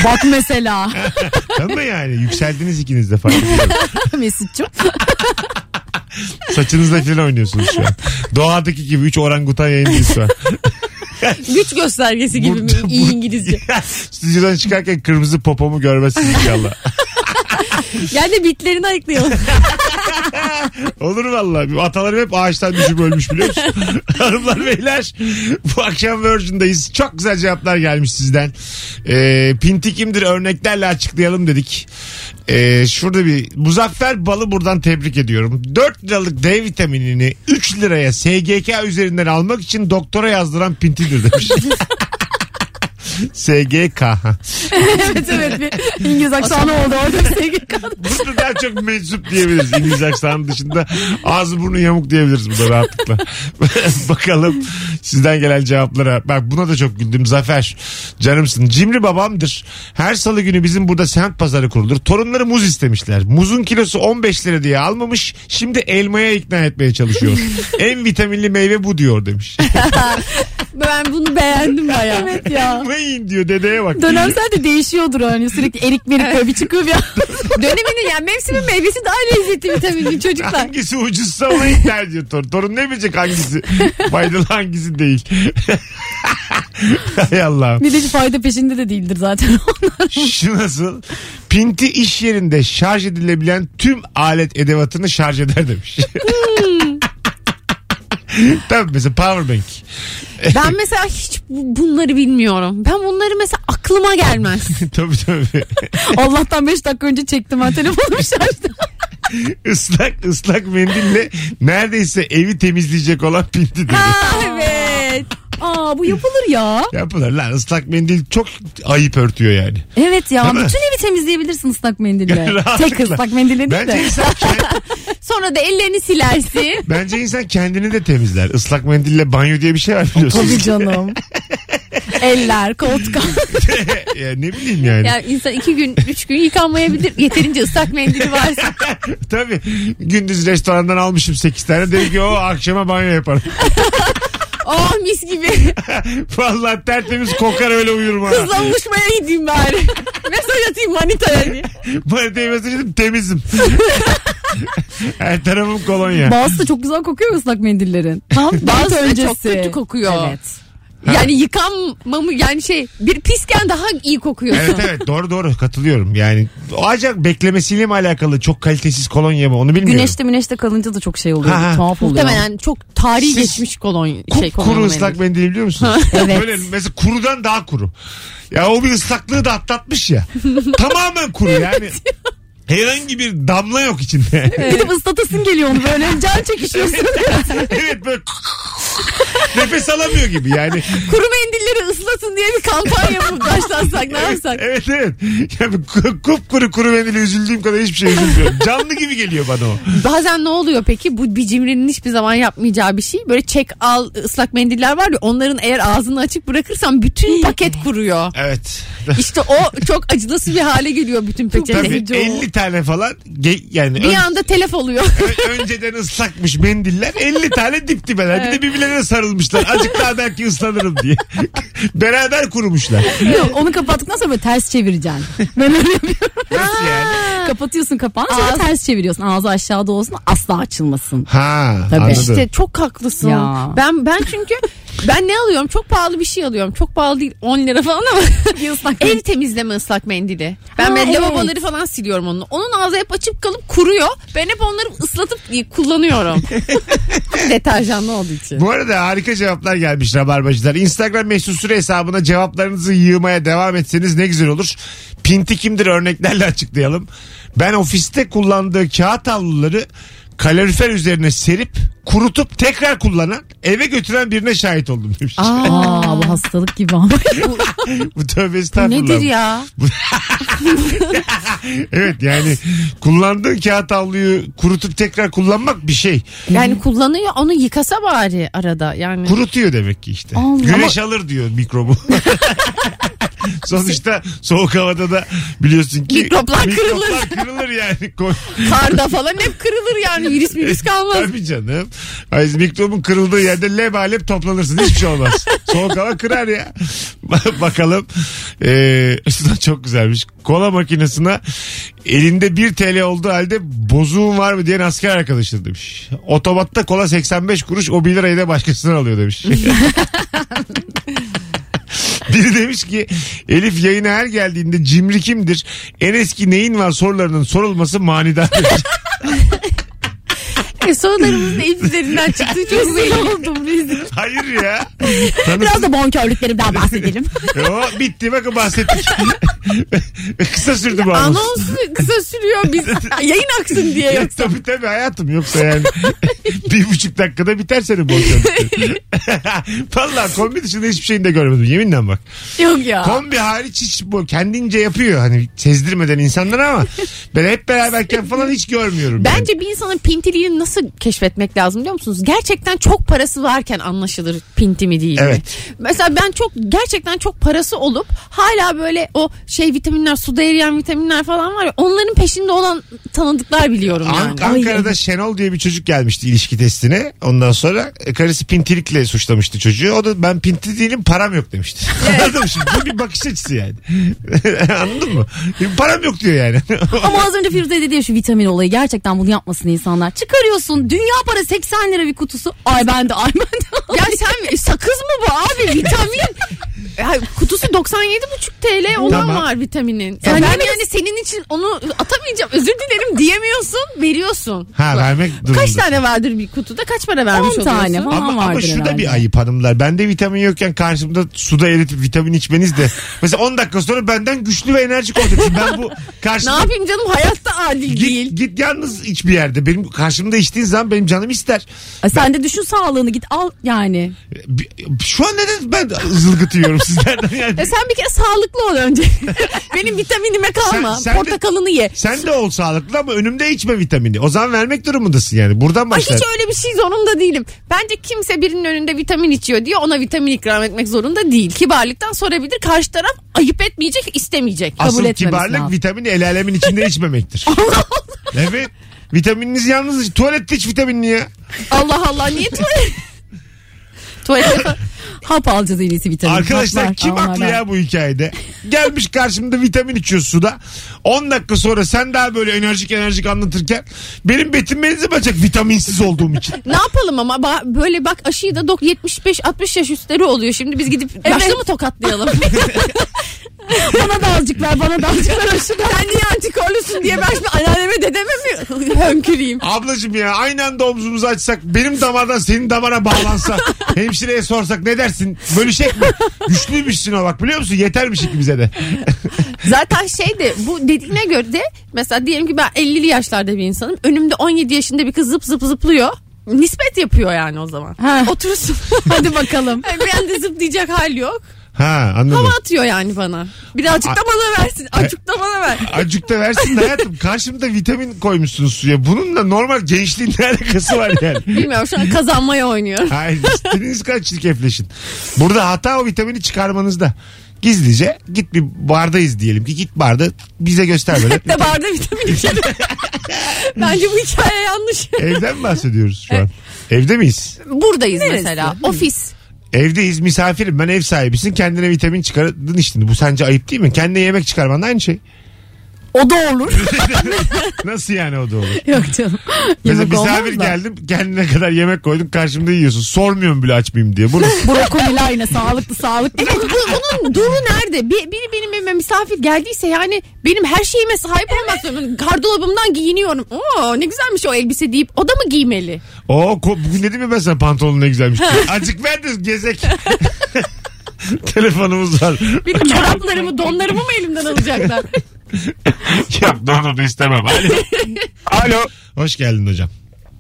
Bak mesela
Değil mi yani? Yükseldiniz ikiniz de fark ediyorum.
Mesut'cum.
Saçınızla falan oynuyorsunuz şu an. Doğadaki gibi 3 orangutan yayındayız şu an.
Güç göstergesi gibi mi?
Burada-
İyi
bu-
İngilizce.
Stüdyodan çıkarken kırmızı popomu görmezsiniz inşallah.
Yani bitlerini ayıklıyor.
Olur vallahi. Atalarım hep ağaçtan düşüp ölmüş biliyor musun? Hanımlar beyler bu akşam Virgin'dayız. Çok güzel cevaplar gelmiş sizden. Ee, pinti kimdir örneklerle açıklayalım dedik. Ee, şurada bir Muzaffer Bal'ı buradan tebrik ediyorum. 4 liralık D vitaminini 3 liraya SGK üzerinden almak için doktora yazdıran pintidir demiş. SGK.
evet evet bir İngiliz aksanı oldu orada.
Burada daha çok mensup diyebiliriz İngiliz aksanı dışında. Ağzı burnu yamuk diyebiliriz burada rahatlıkla. Bakalım sizden gelen cevaplara. Bak buna da çok güldüm. Zafer canımsın. Cimri babamdır. Her salı günü bizim burada semt pazarı kurulur. Torunları muz istemişler. Muzun kilosu 15 lira diye almamış. Şimdi elmaya ikna etmeye çalışıyor. en vitaminli meyve bu diyor demiş.
ben bunu beğendim bayağı.
evet ya.
Elma yiyin diyor dedeye bak.
Dönemsel de değişiyordur hani sürekli erik merik böyle bir çıkıyor bir
Döneminin yani mevsimin meyvesi daha lezzetli vitaminli çocuklar.
Hangisi ucuzsa ona ikna ediyor torun. Torun ne bilecek hangisi faydalı hangisi değil. Hay Allah'ım.
Bir de hiç fayda peşinde de değildir zaten.
Şu nasıl? Pinti iş yerinde şarj edilebilen tüm alet edevatını şarj eder demiş.
Hmm.
Tabii mesela power bank.
Ben mesela hiç bu- bunları bilmiyorum. Ben bunları mesela aklıma gelmez.
tabii tabii.
Allah'tan 5 dakika önce çektim ben telefonumu şarjda.
Islak ıslak mendille neredeyse evi temizleyecek olan pinti dedi.
evet. Aa bu yapılır ya.
Yapılır lan ıslak mendil çok ayıp örtüyor yani.
Evet ya
Değil mi?
bütün evi temizleyebilirsin ıslak mendille.
Rahatlıkla.
Tek ıslak mendille değil
Bence
de.
insan kendi-
Sonra da ellerini silersin.
Bence insan kendini de temizler. Islak mendille banyo diye bir şey var biliyorsunuz.
Tabii canım. Eller, koltuk
ya ne bileyim yani.
Ya insan iki gün, üç gün yıkanmayabilir. Yeterince ıslak mendili varsa.
Tabii. Gündüz restorandan almışım 8 tane. Dedim ki o akşama banyo yaparım.
Oh mis gibi.
Vallahi tertemiz kokar öyle uyurum ha.
Kızla buluşmaya gideyim bari. Mesaj atayım manitaya diye.
Bana değmesin dedim temizim. Her tarafım kolonya.
Bazısı da çok güzel kokuyor ıslak mendillerin. Tam
Bazısı da çok kötü kokuyor.
Evet.
Yani yıkanmamı yani şey bir pisken daha iyi kokuyorsun.
Evet evet doğru doğru katılıyorum. Yani o acak beklemesiyle mi alakalı çok kalitesiz kolonya mı onu bilmiyorum.
Güneşte güneşte kalınca da çok şey oluyor.
Ha, ha.
Tuhaf oluyor.
Muhtemelen çok tarihi
Siz
geçmiş kolonya şey
Kup kuru
kolonya
ıslak mendili biliyor musunuz?
Evet.
Böyle mesela kurudan daha kuru. Ya o bir ıslaklığı da atlatmış ya. Tamamen kuru yani. Herhangi bir damla yok içinde.
Bir de ıslatasın geliyor onu böyle can çekişiyorsun.
evet böyle Nefes alamıyor gibi yani.
Kuru mendilleri ıslatın diye bir kampanya mı başlatsak ne yapsak?
Evet evet. Yani ku- kupkuru kuru mendili üzüldüğüm kadar hiçbir şey üzülmüyorum. Canlı gibi geliyor bana o.
Bazen ne oluyor peki? Bu bir cimrinin hiçbir zaman yapmayacağı bir şey. Böyle çek al ıslak mendiller var ya onların eğer ağzını açık bırakırsan bütün paket kuruyor.
Evet.
İşte o çok acınası bir hale geliyor bütün
Tabii
peçete.
50 tane falan ge- yani
Bir
ön-
anda telef oluyor.
Ö- önceden ıslakmış mendiller 50 tane dip dibeler bir de birbirlerine sarılmışlar azıcık daha belki ıslanırım diye beraber kurumuşlar
Yok, onu kapattıktan sonra böyle ters çevireceksin. Ben öyle yapıyorum.
nasıl yani
Kapatıyorsun kapağını sonra
Ağız-
ters çeviriyorsun. Ağzı aşağıda olsun asla açılmasın.
ha
Tabii.
anladım
İşte çok haklısın.
Ya.
Ben ben çünkü ben ne alıyorum? Çok pahalı bir şey alıyorum. Çok pahalı değil 10 lira falan ama ev temizleme ıslak mendili. Ben
Ha,
böyle
evet.
lavaboları falan siliyorum onunla. Onun ağzı hep açıp kalıp kuruyor. Ben hep onları ıslatıp kullanıyorum. Deterjanlı olduğu için.
Bu arada harika cevaplar gelmiş Rabarbacılar. Instagram mesut süre hesabına cevaplarınızı yığmaya devam etseniz ne güzel olur. Pinti kimdir örneklerle açıklayalım. Ben ofiste kullandığı kağıt havluları kalorifer üzerine serip kurutup tekrar kullanan eve götüren birine şahit oldum demiş.
Aa bu hastalık gibi ama.
Bu tövbe estağfurullah.
Nedir ya?
Evet yani kullandığın kağıt havluyu kurutup tekrar kullanmak bir şey.
Yani kullanıyor onu yıkasa bari arada yani.
Kurutuyor demek ki işte.
Allah.
Güneş alır diyor mikrobu. Sonuçta soğuk havada da biliyorsun ki
Mikroplar kırılır.
mikroplar kırılır yani. Koy-
Karda falan hep kırılır yani virüs virüs kalmaz.
Tabii canım. Ay, mikrobun kırıldığı yerde lebalep toplanırsın. Hiçbir şey olmaz. Soğuk hava kırar ya. Ba- Bakalım. Ee, üstüne çok güzelmiş. Kola makinesine elinde 1 TL olduğu halde bozuğun var mı diyen asker arkadaşım demiş. Otomatta kola 85 kuruş o 1 lirayı da başkasından alıyor demiş. Biri demiş ki Elif yayına her geldiğinde cimri kimdir? En eski neyin var sorularının sorulması manidar. demiş.
E, sorularımızın en üzerinden çıktığı çok belli. oldum
Hayır ya. Tanıksız-
Biraz da bonkörlüklerimden bahsedelim.
Yo, bitti bakın bahsettik. Kısa sürdü bu anons.
Anons kısa sürüyor biz yayın aksın diye
Ya,
yoksa.
tabii tabii hayatım yoksa yani bir buçuk dakikada biter senin borçlandıkları. Valla kombi dışında hiçbir şeyini de görmedim yeminle bak.
Yok ya.
Kombi hariç hiç bu kendince yapıyor hani sezdirmeden insanlara ama ben hep beraberken falan hiç görmüyorum. yani.
Bence bir insanın pintiliğini nasıl keşfetmek lazım biliyor musunuz? Gerçekten çok parası varken anlaşılır pinti mi değil mi?
Evet.
Mesela ben çok gerçekten çok parası olup hala böyle o şey vitaminler suda eriyen vitaminler falan var ya onların peşinde olan tanıdıklar biliyorum
An-
yani.
Ankara'da Şenol diye bir çocuk gelmişti ilişki testine. Ondan sonra e, karısı pintilikle suçlamıştı çocuğu. O da ben pinti değilim param yok demişti. Anladın mı şimdi? Bu bir bakış açısı yani. Anladın mı? E, Param yok diyor yani.
Ama az önce Firuze dedi ya şu vitamin olayı gerçekten bunu yapmasın insanlar. Çıkarıyorsun dünya para 80 lira bir kutusu. Ay ben de ay ben de.
Ya sen sakız mı bu abi vitamin? Ya kutusu 97,5 TL olan
Tamam.
var vitaminin. Sen ben yani senin için onu atamayacağım özür dilerim diyemiyorsun veriyorsun.
ha vermek durumunda.
Kaç tane vardır bir kutuda kaç para vermiş
10
oluyorsun?
tane falan
ama, ama
vardır
şu da
herhalde.
bir ayıp hanımlar. Bende vitamin yokken karşımda suda eritip vitamin içmeniz de. Mesela 10 dakika sonra benden güçlü ve enerjik olacaksın. Ben bu
Ne
karşımda
yapayım canım hayatta adil değil.
git, git yalnız iç bir yerde. Benim karşımda içtiğin zaman benim canım ister.
Ay sen de düşün sağlığını git al yani.
Bi- Şu an neden ben zılgıtıyorum sizlerden yani.
E sen bir kere sağlıklı ol önce. Benim vitaminime kalma.
Sen- sen de-
Portakalını ye.
Sen de ol sağlıklı ama önümde içme vitamini. O zaman vermek durumundasın yani. Buradan
Ay
başlar.
hiç öyle bir şey zorunda değilim. Bence kimse birinin önünde vitamin içiyor diye ona vitamin ikram etmek zorunda değil. Kibarlıktan sorabilir. Karşı taraf ayıp etmeyecek, istemeyecek.
Asıl
kabul etmemesi
kibarlık
lazım.
vitamini el alemin içinde içmemektir. evet. Vitamininiz yalnız tuvalette iç vitaminini ya.
Allah Allah niye tuvalet? Tuvalete falan-
Hap alacağız en iyisi vitamin.
Arkadaşlar
Haplar,
kim
onlardan.
haklı ya bu hikayede? Gelmiş karşımda vitamin içiyor suda. 10 dakika sonra sen daha böyle enerjik enerjik anlatırken benim betimlerinizi bacak vitaminsiz olduğum için.
ne yapalım ama ba- böyle bak aşıyı da dok 75-60 yaş üstleri oluyor. Şimdi biz gidip yaşlı mı tokatlayalım?
Bana da azıcık ver bana da azıcık ver.
Sen niye antikorlusun diye ben şimdi anneanneme dedeme mi hönküreyim?
Ablacım ya aynı anda omzumuzu açsak benim damardan senin damara bağlansa hemşireye sorsak ne dersin? Bölüşek mi? Güçlüymüşsün o bak biliyor musun? Yetermiş ikimize de.
Zaten şey de bu dediğine göre de mesela diyelim ki ben 50'li yaşlarda bir insanım. Önümde 17 yaşında bir kız zıp zıp zıplıyor. Nispet yapıyor yani o zaman.
Ha.
Otursun.
Hadi bakalım.
ben de zıplayacak hal yok.
Ha anladım.
Hava atıyor yani bana. Bir de azıcık da bana versin. Azıcık da bana ver.
Acık da versin de hayatım. Karşımda vitamin koymuşsun suya. Bunun da normal gençliğin ne alakası var yani?
Bilmiyorum şu an kazanmaya oynuyor.
Hayır istediğiniz kadar çirkefleşin. Burada hata o vitamini çıkarmanızda. Gizlice git bir bardayız diyelim ki git barda bize göster böyle.
Hep de barda vitamin içerim. Bence bu hikaye yanlış.
Evden mi bahsediyoruz şu an? Evde miyiz?
Buradayız mesela. Ofis.
Evdeyiz misafirim ben ev sahibisin kendine vitamin çıkardın işte. Bu sence ayıp değil mi? Kendine yemek çıkarman da aynı şey.
O da olur.
Nasıl yani o da olur?
Yok canım.
Mesela
Yemek olmaz
misafir
da.
geldim kendine kadar yemek koydum karşımda yiyorsun. Sormuyorum bile aç mıyım diye. Burası
Brokoliyle aynı sağlıklı sağlıklı.
Evet bu, bunun duru nerede? Bir, biri benim evime misafir geldiyse yani benim her şeyime sahip olmak zorunda. Gardırobumdan giyiniyorum. Oo ne güzelmiş o elbise deyip o da mı giymeli?
Oo ko- bugün dedim ya ben sana pantolon ne güzelmiş. Azıcık ver de gezek. Telefonumuz var.
Benim çoraplarımı donlarımı mı elimden alacaklar?
Yok onu da istemem. Alo.
Alo.
Hoş geldin hocam.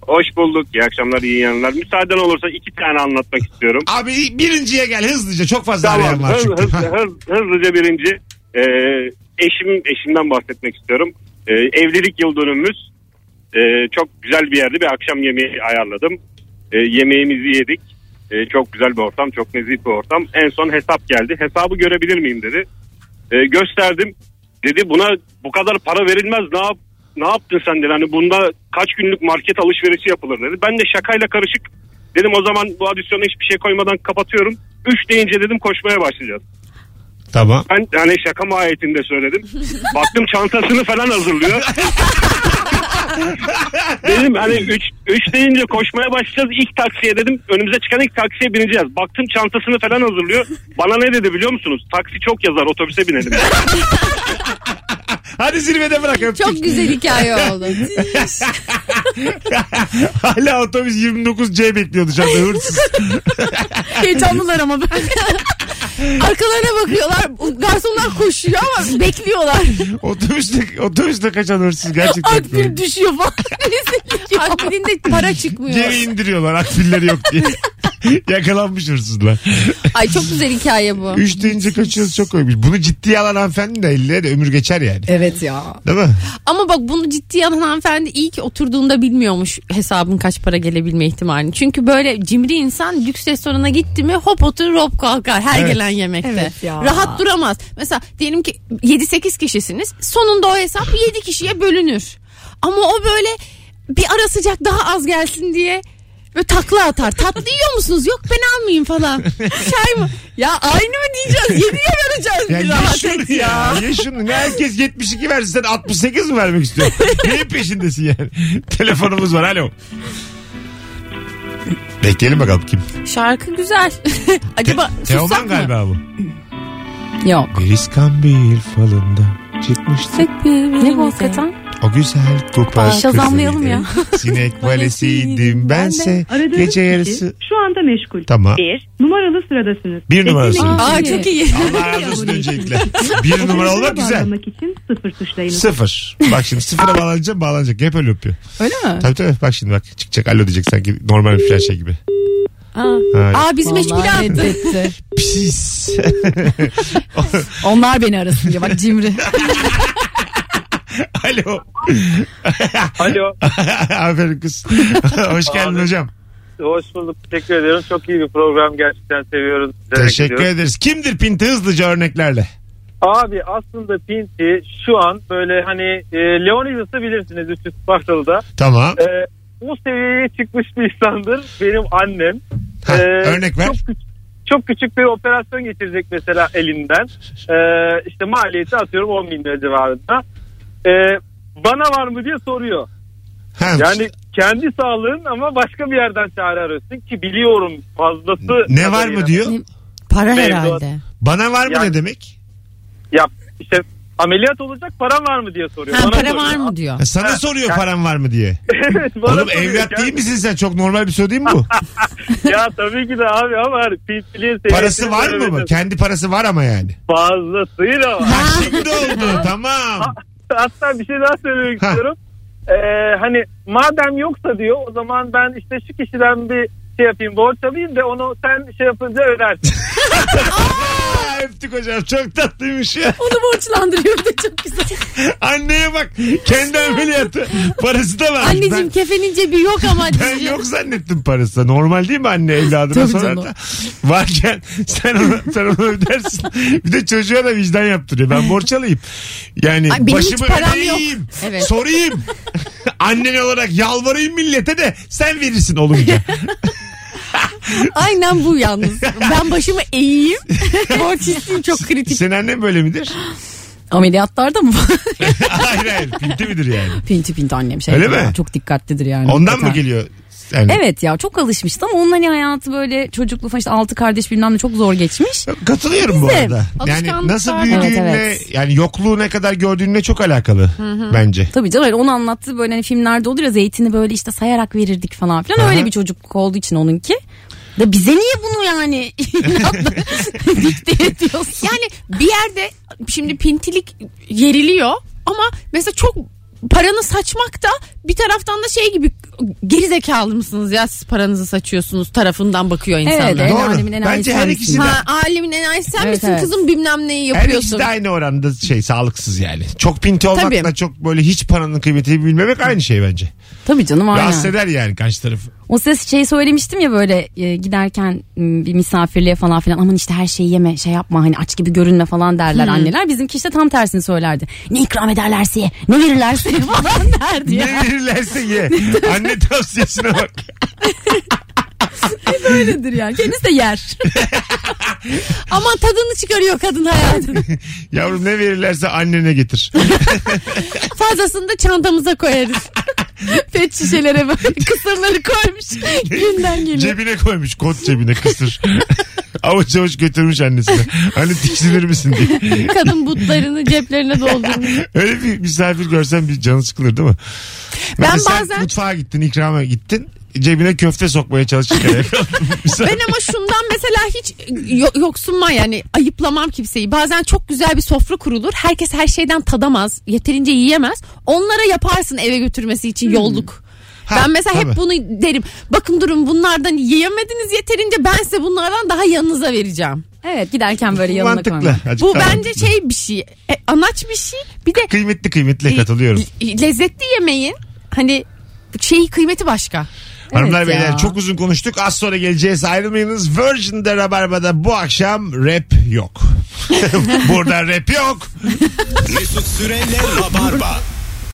Hoş bulduk. İyi akşamlar, iyi yayınlar. Müsaaden olursa iki tane anlatmak istiyorum.
Abi birinciye gel hızlıca çok fazla arayan var
hız,
çünkü.
hız, hız, hızlıca birinci. Ee, eşim eşimden bahsetmek istiyorum. Ee, evlilik yıl dönümümüz. Ee, çok güzel bir yerde bir akşam yemeği ayarladım. Ee, yemeğimizi yedik. Ee, çok güzel bir ortam, çok nezih bir ortam. En son hesap geldi. Hesabı görebilir miyim dedi. Ee, gösterdim. Dedi buna bu kadar para verilmez. Ne yap ne yaptın sen dedi. Hani bunda kaç günlük market alışverişi yapılır dedi. Ben de şakayla karışık dedim o zaman bu adisyona hiçbir şey koymadan kapatıyorum. 3 deyince dedim koşmaya başlayacağız.
tamam.
Ben yani şaka mahiyetinde söyledim. Baktım çantasını falan hazırlıyor. dedim hani 3 3 deyince koşmaya başlayacağız. İlk taksiye dedim. Önümüze çıkan ilk taksiye bineceğiz. Baktım çantasını falan hazırlıyor. Bana ne dedi biliyor musunuz? Taksi çok yazar otobüse binelim.
Hadi zirvede bırak öptük.
Çok güzel hikaye oldu.
Hala otobüs 29C bekliyordu şu anda hırsız.
Heyecanlılar ama ben. Arkalarına bakıyorlar. Garsonlar koşuyor ama bekliyorlar.
otobüste, otobüste kaçan hırsız gerçekten.
Akbil düşüyor falan. Akbil'in de para çıkmıyor.
Geri indiriyorlar akbilleri yok diye. Yakalanmış hırsızlar.
Ay çok güzel hikaye bu.
Üç deyince kaçıyoruz çok koymuş. Bunu ciddiye alan hanımefendi de elleri de ömür geçer yani.
Evet ya.
Değil mi?
Ama bak bunu ciddiye alan hanımefendi iyi ki oturduğunda bilmiyormuş hesabın kaç para gelebilme ihtimalini. Çünkü böyle cimri insan lüks restorana gitti mi hop otur hop kalkar her
Evet.
gelen yemekte.
Evet ya.
Rahat duramaz. Mesela diyelim ki 7-8 kişisiniz sonunda o hesap 7 kişiye bölünür. Ama o böyle bir ara sıcak daha az gelsin diye böyle takla atar. Tatlı yiyor musunuz? Yok ben almayayım falan. Çay mı? Ya aynı mı diyeceğiz? 7'ye vereceğiz
Ya
bir
ye
rahat et
şunu ya. Ye şunu. Ne herkes 72 versin sen 68 mi vermek istiyorsun? Neyin peşindesin yani? Telefonumuz var. Alo. Bekleyelim bakalım kim?
Şarkı güzel. Acaba sussak
Teoman
mı?
galiba bu.
Yok.
Bir iskambil falında çıkmıştı.
Ne bu hakikaten?
O güzel kupa
Şazamlayalım
kızıydı. Sinek valesiydim bense. Gece yarısı.
Şu anda meşgul.
Tamam.
Bir, numaralı sıradasınız.
Bir numarası.
Seçenek-
Aa çok iyi.
Allah razı olsun öncelikle. Bir numara olmak güzel.
Bağlanmak için sıfır tuşlayınız.
Sıfır. Bak şimdi sıfıra bağlanacağım bağlanacak. Hep öyle öpüyor.
Öyle mi?
Tabii tabii bak şimdi bak çıkacak alo diyecek sanki normal bir flash şey gibi. Aa.
Aa bizim hiç bile
Vallahi
attı.
reddetti.
Pis.
Onlar beni arasın diye bak cimri.
alo.
Alo.
Aferin kız. Hoş geldin
Abi.
hocam.
Hoş bulduk. Teşekkür ediyorum. Çok iyi bir program. Gerçekten seviyoruz.
Teşekkür ederiz. Kimdir Pinti hızlıca örneklerle?
Abi aslında Pinti şu an böyle hani e, Leonidas'ı bilirsiniz Üçü Spartalı'da.
Tamam.
E, bu seviyeye çıkmış bir insandır benim annem.
Ha,
Ee,
örnek ver.
Çok, küç- çok küçük bir operasyon geçirecek mesela elinden. Ee, işte maliyeti atıyorum 10 bin lira civarında. Ee, bana var mı diye soruyor.
Ha,
Yani kendi sağlığın ama başka bir yerden çare arıyorsun ki biliyorum fazlası.
ne var mı diyor?
Para
herhalde.
Bana var mı
Yani-
ne demek?
Ya işte ameliyat olacak param var mı diye soruyor.
Ha,
Bana
para
soruyor.
var mı diyor.
Ha, sana
Ha,
soruyor
yani-
param var mı diye.
evet, bana
Oğlum
soruyor.
evlat
Yani-
değil misin sen? Çok normal bir soru değil mi bu?
Ya tabii ki de abi ama hani pimpiliğin
Parası
seviyesini
var mı mı?
göremedim.
Kendi parası var ama yani.
Fazlasıyla var.
Ha, şimdi oldu tamam.
Hatta bir şey daha söylemek
Ha.
istiyorum. Ee,
e, hani madem yoksa diyor o zaman ben işte şu kişiden bir şey yapayım borç alayım da onu sen şey yapınca ödersin.
Aa, öptük hocam çok tatlıymış ya.
Onu borçlandırıyor bir de çok güzel.
Anneye bak kendi ameliyatı parası da var.
Anneciğim kefenin cebi yok ama.
Ben yok zannettim parası. da. Normal değil mi anne evladına
Tabii
sorar
canım.
da. Varken sen ona, sen ona ödersin. Bir de çocuğa da vicdan yaptırıyor. Ben borç alayım. Yani
Ay, benim hiç
başımı
param yok.
ödeyeyim.
Evet.
Sorayım. Annen olarak yalvarayım millete de sen verirsin olunca.
Aynen bu yalnız. Ben başımı eğeyim. Borç isteyeyim çok kritik.
Senin annen böyle midir?
Ameliyatlarda mı?
hayır hayır. Pinti midir yani?
pinti pinti annem şey.
Öyle
yapıyor.
mi?
Çok dikkatlidir yani.
Ondan
Hakikaten.
mı geliyor? Yani
Evet ya çok alışmıştı ama onun hani hayatı böyle çocuklu falan işte altı kardeş bilmem ne çok zor geçmiş.
Katılıyorum bu
Bizim
arada. Yani
alışkanlıklar
nasıl
da-
büyüdüğünle
Evet,
yani yokluğu ne kadar gördüğünle çok alakalı bence.
Tabii canım öyle onu anlattığı böyle hani filmlerde olur ya zeytini böyle işte sayarak verirdik falan filan.
Aha.
Öyle bir çocukluk olduğu için onunki. Da bize niye bunu yani inatla dikte ediyorsun?
Yani bir yerde şimdi pintilik yeriliyor ama mesela çok paranı saçmak da bir taraftan da şey gibi geri zekalı mısınız ya siz paranızı saçıyorsunuz tarafından bakıyor insanlar.
Evet, evet. En
Doğru.
alemin en
Bence her
ailesi
ikisi de
Ha, alemin enayisi sen
Evet,
misin
evet.
kızım bilmem neyi
her ikisi
yapıyorsun.
de aynı oranda şey sağlıksız yani. Çok pinti olmakla
Tabii.
çok böyle hiç paranın kıymetini bilmemek aynı şey bence.
Tabii canım
Rahatsız
aynen.
eder yani karşı tarafı.
O ses şey söylemiştim ya böyle e, giderken m, bir misafirliğe falan filan aman işte her şeyi yeme şey yapma hani aç gibi görünme falan derler anneler. Bizimki işte tam tersini söylerdi. Ne ikram ederlerse ye ne verirlerse ye falan derdi ya.
Ne verirlerse ye. Anne tavsiyesine bak.
Öyledir yani kendisi de yer.
Ama tadını çıkarıyor kadın hayatın.
Yavrum ne verirlerse annene getir.
Fazlasını da çantamıza koyarız. Pet şişelere böyle kısırları koymuş. Günden geliyor.
Cebine koymuş kot cebine kısır. avuç avuç götürmüş annesine. Hani tiksinir misin diye.
Kadın butlarını ceplerine doldurmuş.
Öyle bir misafir görsen bir canı sıkılır değil mi?
Ben
Mesela sen
bazen-
mutfağa gittin ikrama gittin cebine köfte sokmaya çalışırken yakaladın. Misafir-
Ben ama şundan mesela hiç yo- yoksunma yani ayıplamam kimseyi. Bazen çok güzel bir sofra kurulur. Herkes her şeyden tadamaz. Yeterince yiyemez. Onlara yaparsın eve götürmesi için yolluk.
Ha,
ben mesela
tabii.
hep bunu derim. Bakın durun bunlardan yiyemediniz yeterince ben size bunlardan daha yanınıza vereceğim.
Evet giderken böyle yanına
Mantıklı.
koymak.
Azıcık
Bu
daha
bence
mantıklı.
şey bir şey. e, anaç bir şey. Bir de
Kıymetli kıymetli katılıyorum.
l- lezzetli yemeğin hani şeyi kıymeti başka.
Hanımlar
ya.
beyler çok uzun konuştuk. Az sonra geleceğiz. Ayrılmayınız. Virgin'de Rabarba'da bu akşam rap yok. Burada rap yok.
Mesut Süreyle Rabarba.